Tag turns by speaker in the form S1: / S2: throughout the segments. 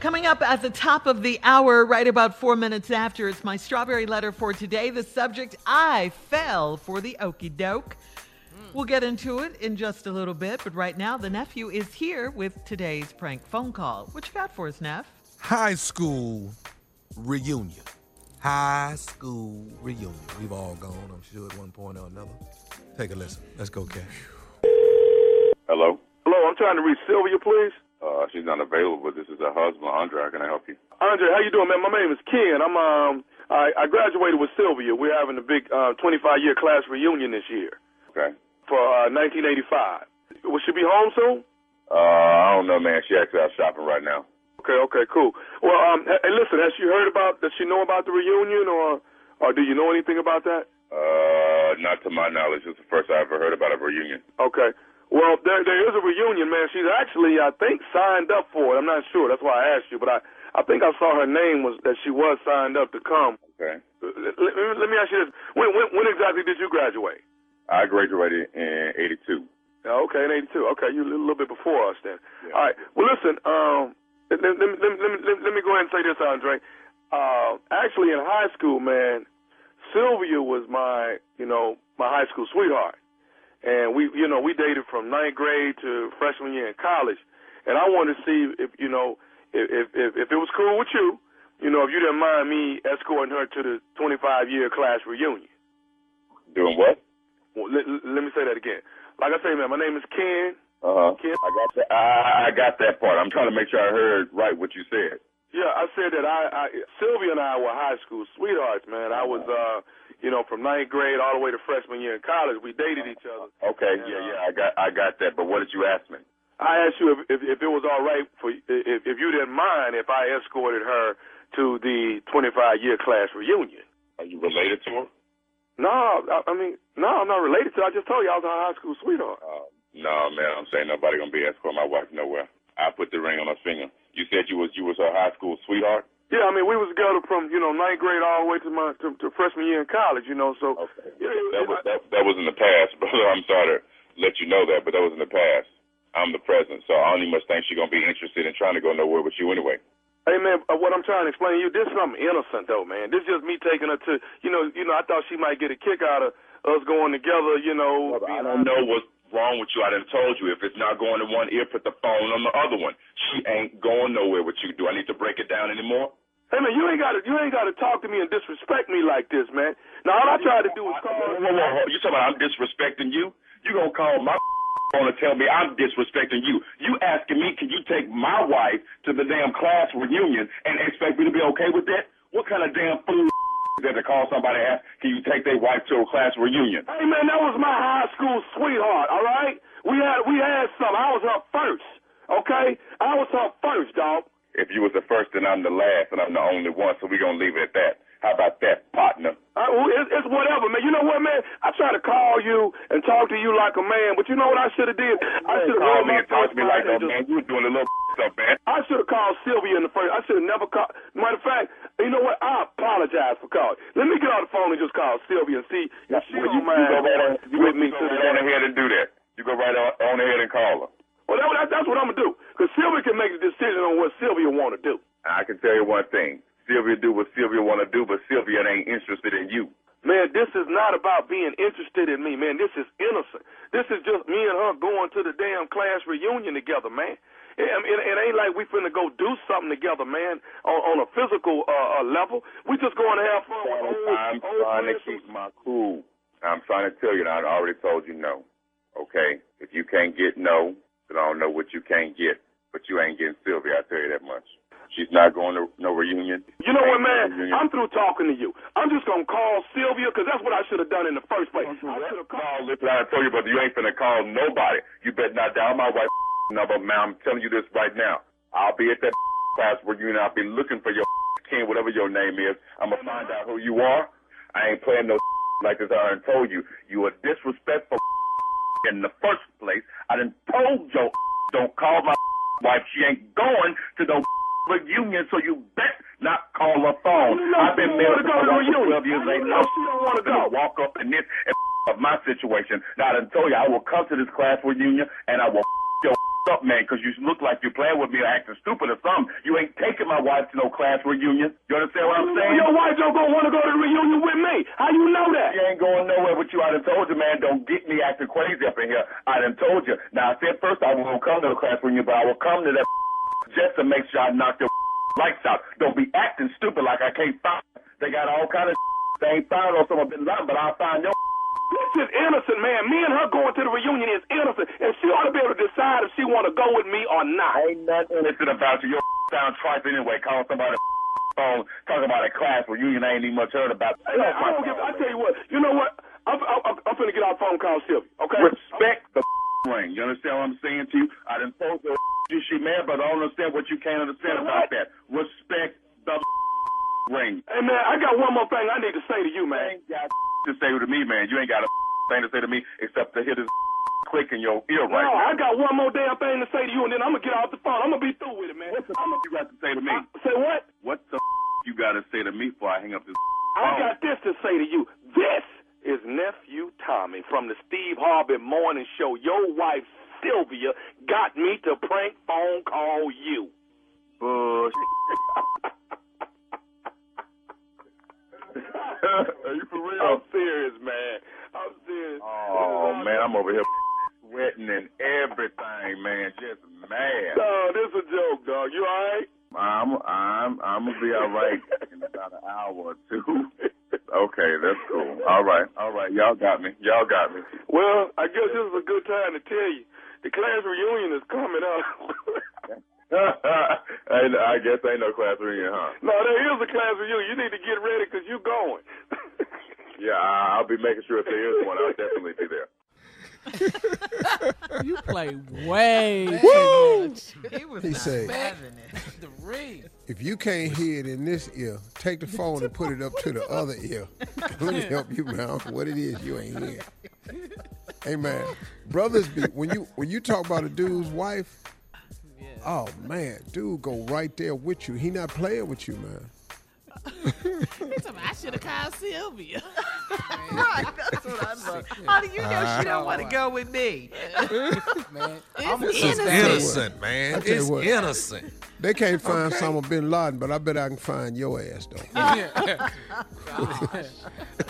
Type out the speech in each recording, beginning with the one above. S1: Coming up at the top of the hour, right about four minutes after, it's my strawberry letter for today. The subject I fell for the okie doke. We'll get into it in just a little bit, but right now, the nephew is here with today's prank phone call. What you got for us, Neff?
S2: High school reunion. High school reunion. We've all gone, I'm sure, at one point or another. Take a listen. Let's go, Cash.
S3: Hello? Hello, I'm trying to reach Sylvia, please. Uh, she's not available. This is her husband, Andre. How can I help you? Andre, how you doing, man? My name is Ken. I'm um I, I graduated with Sylvia. We're having a big uh, 25 year class reunion this year okay. for uh, 1985. Will she be home soon? Uh, I don't know, man. She actually out shopping right now. Okay, okay, cool. Well, um, hey, listen, has she heard about? Does she know about the reunion, or, or do you know anything about that? Uh, not to my knowledge. It's the first I ever heard about a reunion. Okay. Well, there there is a reunion, man. She's actually, I think, signed up for it. I'm not sure. That's why I asked you, but I I think I saw her name was that she was signed up to come. Okay. Let, let, let me ask you this: when, when when exactly did you graduate? I graduated in '82. Okay, in '82. Okay, you a little bit before us then. All right. Well, listen. Um, let, let, let, let, let, let- let me go ahead and say this, Andre. Uh, actually, in high school, man, Sylvia was my, you know, my high school sweetheart, and we, you know, we dated from ninth grade to freshman year in college, and I wanted to see if, you know, if if if, if it was cool with you, you know, if you didn't mind me escorting her to the 25 year class reunion. Doing what? Well, let, let me say that again. Like I say, man, my name is Ken. Uh-huh. Ken. I got that. I, I got that part. I'm trying to make sure I heard right what you said. Yeah, I said that I, I Sylvia and I were high school sweethearts, man. I was uh, you know, from ninth grade all the way to freshman year in college, we dated each other. Okay, yeah, yeah, I got I got that. But what did you ask me? I asked you if if, if it was all right for if if you didn't mind if I escorted her to the 25 year class reunion. Are you related to her? No, I, I mean, no, I'm not related to. her. I just told you I was her high school sweetheart.
S4: No, man, I'm saying nobody gonna be escorting my wife nowhere. I put the ring on her finger. You said you was you was her high school sweetheart.
S3: Yeah, I mean, we was together from you know ninth grade all the way to my to, to freshman year in college. You know, so yeah, it-
S4: That
S3: it-
S4: was that, that was in the past, brother. I'm sorry to let you know that, but that was in the past. I'm the present, so I don't even much think she's gonna be interested in trying to go nowhere with you anyway.
S3: Hey man, uh, what I'm trying to explain to you, this is something innocent though, man. This just me taking her to, you know, you know, I thought she might get a kick out of us going together, you know.
S4: I don't know what's wrong with you. I done told you if it's not going in one ear, put the phone on the other one. She ain't going nowhere with you. Do I need to break it down anymore?
S3: Hey man, you ain't got to, you ain't got to talk to me and disrespect me like this, man. Now all I tried to do was come
S4: Whoa,
S3: on.
S4: whoa, whoa. You talking about I'm disrespecting you? You gonna call my phone and tell me I'm disrespecting you? You asking me can you take my wife to the damn class reunion and expect me to be okay with that? What kind of damn fool is that to call somebody and ask can you take their wife to a class reunion?
S3: Hey man, that was my high school sweetheart. All right, we had we had some. I was her first. Okay, I was her first, dog.
S4: If you was the first, then I'm the last, and I'm the only one, so we gonna leave it at that. How about that, partner?
S3: I, well, it's, it's whatever, man. You know what, man? I try to call you and talk to you like a man, but you know what I should have did? I should have
S4: Call me and talk to me like, oh man, you doing a little stuff, man.
S3: I should have called Sylvia in the first. I should have never called. Matter of fact, you know what? I apologize for calling. Let me get on the phone and just call Sylvia and see if she
S4: Well, you, you
S3: don't mind
S4: go right on, you
S3: going with me
S4: go
S3: to the
S4: right on ahead and do that. You go right on, on ahead and call her.
S3: Well, that, that, that's what I'm gonna do, cause Sylvia can make the decision on what Sylvia want to do.
S4: I can tell you one thing. Sylvia do what Sylvia want to do, but Sylvia ain't interested in you.
S3: Man, this is not about being interested in me, man. This is innocent. This is just me and her going to the damn class reunion together, man. It, I mean, it, it ain't like we finna go do something together, man, on, on a physical uh, uh, level. We just going to have fun with old,
S4: I'm
S3: old
S4: trying to
S3: friends
S4: keep my cool. I'm trying to tell you, and I already told you no. Okay? If you can't get no, then I don't know what you can't get. But you ain't getting Sylvia, I tell you that much. She's not going to no reunion.
S3: You know what,
S4: Ain't no
S3: man?
S4: reunion.
S3: I'm through talking to you. I'm just gonna call Sylvia because that's what I should have done in the first place. I should have called.
S4: call. Listen, I told you, brother, you ain't finna call nobody. You better not dial my wife's number, man. I'm telling you this right now. I'll be at that class reunion. I'll be looking for your king, whatever your name is. I'm gonna find out who you are. I ain't playing no like this. I done told you. You are disrespectful in the first place. I done told your don't call my wife. She ain't going to no reunion, so you bet not call her phone.
S3: No, no,
S4: I've been
S3: she don't
S4: married
S3: wanna
S4: for
S3: go to the
S4: 12
S3: reunion.
S4: years. Ain't
S3: No, she don't wanna
S4: gonna
S3: go.
S4: walk up in this and up my situation. Now I done told you I will come to this class reunion and I will your up, man, because you look like you're playing with me or acting stupid or something. You ain't taking my wife to no class reunion. You understand what I'm saying?
S3: Your wife don't gonna want to go to the reunion with me. How you know that?
S4: She ain't going nowhere with you. I done told you, man, don't get me acting crazy up in here. I done told you. Now, I said first I won't come to the class reunion, but I will come to that just to make sure I knock your lights out. Don't be acting stupid like I can't find. They got all kind of they ain't found on someone been lying, but I'll find your
S3: This is innocent, man. Me and her going to the reunion is innocent, and she ought to be able to decide if she want to go with me or not.
S4: ain't nothing innocent about you. Your sound trite anyway. Calling somebody phone, talking about a class reunion I ain't even much heard about.
S3: Hey, man, I don't give. I tell you what. You know what? I'm I'm, I'm finna get our phone call, Sylvia. Okay.
S4: Respect the ring. You understand what I'm saying to you? I done told you you should marry, but I don't understand what you can't understand about that. Respect the ring.
S3: Hey man, I got one more thing I need to say to
S4: You
S3: you, man.
S4: ain't got to say to me, man. You ain't got a thing to say to me except to hit his click in your ear
S3: No,
S4: right
S3: I got one more damn thing to say to you, and then I'm gonna get off the phone. I'm gonna be through with it, man.
S4: What the
S3: I'm
S4: you got to say to me?
S3: gonna say what?
S4: What the you got to say to me before I hang up this
S3: I
S4: phone?
S3: got this to say to you. This is nephew Tommy from the Steve Harvey Morning Show. Your wife Sylvia got me to prank phone call you.
S4: Bush. Are you for real?
S3: I'm serious, man. I'm serious.
S4: Oh man, I'm over here sweating and everything, man. Just mad.
S3: Dog, this is a joke, dog. You all right?
S4: I'm I'm I'm gonna be all right in about an hour or two. Okay, that's cool. All right, all right. Y'all got me. Y'all got me.
S3: Well, I guess this is a good time to tell you. The class reunion is coming up.
S4: ain't, I guess ain't no class reunion, huh?
S3: No, there is a class for you. You need to get ready because you're going.
S4: Yeah, I, I'll be making sure if there is one, I'll definitely be there.
S5: You play way too much.
S1: He was
S6: He
S1: not
S6: said-
S1: having it.
S5: The ring.
S6: If you can't hear it in this ear, take the phone and put it up to the other ear. Let me help you out. What it is you ain't hearing. Amen. Brothers be when you when you talk about a dude's wife, oh man, dude go right there with you. He not playing with you, man.
S5: He's talking about, I should have called Sylvia.
S1: Right, that's what I love. Uh, How do you know she don't want to go with me?
S7: man. I'm
S5: It's
S6: Tell you
S5: innocent.
S2: Innocent,
S6: I
S2: man.
S6: tell you
S2: It's
S6: what.
S2: innocent.
S6: They can't find Osama bin Laden, but I bet I can find your ass though.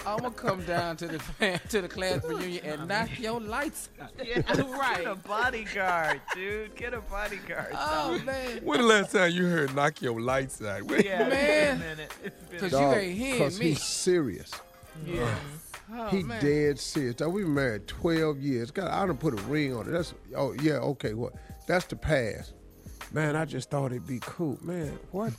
S7: I'm gonna come down to the to the class reunion and knock your lights out.
S1: Yeah,
S5: Right.
S1: Get a bodyguard, dude. Get a bodyguard.
S7: Oh man,
S2: When the last time you heard knock your lights out? When-
S1: Yeah,
S7: Man.
S1: Wait a minute. It's been-
S7: because you ain't hearing
S6: Cause
S7: me.
S6: he's serious. Uh,
S7: Oh,
S6: He
S7: man.
S6: dead serious. Now, we've been married 12 years. God, I done put a ring on it. That's oh yeah, okay, what? That's the past. Man, I just thought it'd be cool. Man, what?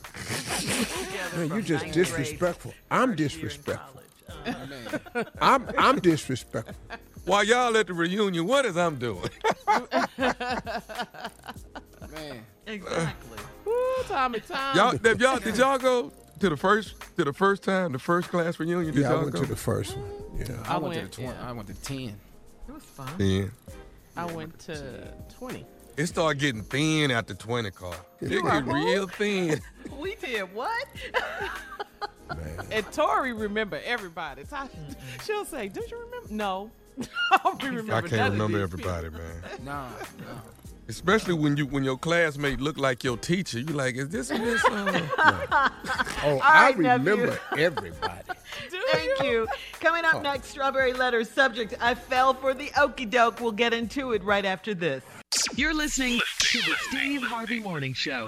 S1: together
S6: Man, you
S1: from
S6: just
S1: ninth grade
S6: disrespectful. I'm
S1: to year in
S6: disrespectful.
S1: college. Uh,
S6: I'm I'm disrespectful.
S2: While y'all at the reunion, what is I'm doing?
S7: man.
S1: exactly.
S5: Woo, Tommy, Tommy.
S2: y'all, did y'all did y'all go to the first to the first time the first class reunion? Did
S6: Yeah,
S2: y'all
S6: I went
S2: go?
S6: to the first one. Yeah.
S7: I, went,
S5: went,
S7: to the twenty.
S5: yeah.
S7: I went to ten.
S1: It was fun.
S2: yeah.
S5: I went to 20.
S2: It started getting thin after 20 car. It
S1: are
S2: get real thin.
S1: We did what?
S5: And Tori remember everybody. Ti- She'll say, "Do you remember?" No, I don't remember.
S2: I
S5: none
S2: can't
S5: of
S2: remember
S5: these people.
S2: everybody, man.
S7: No, no.
S2: Especially when you when your classmate look like your teacher. You like, is this Miss? Uh,
S6: Oh, I
S1: right, nephew.
S6: remember everybody.
S5: Do
S1: Thank you. Coming
S6: Oh.
S1: up next, Strawberry Letter subject I fell for the okey doke. We'll get into it right after this.
S8: You're listening to the Steve Harvey Morning Show.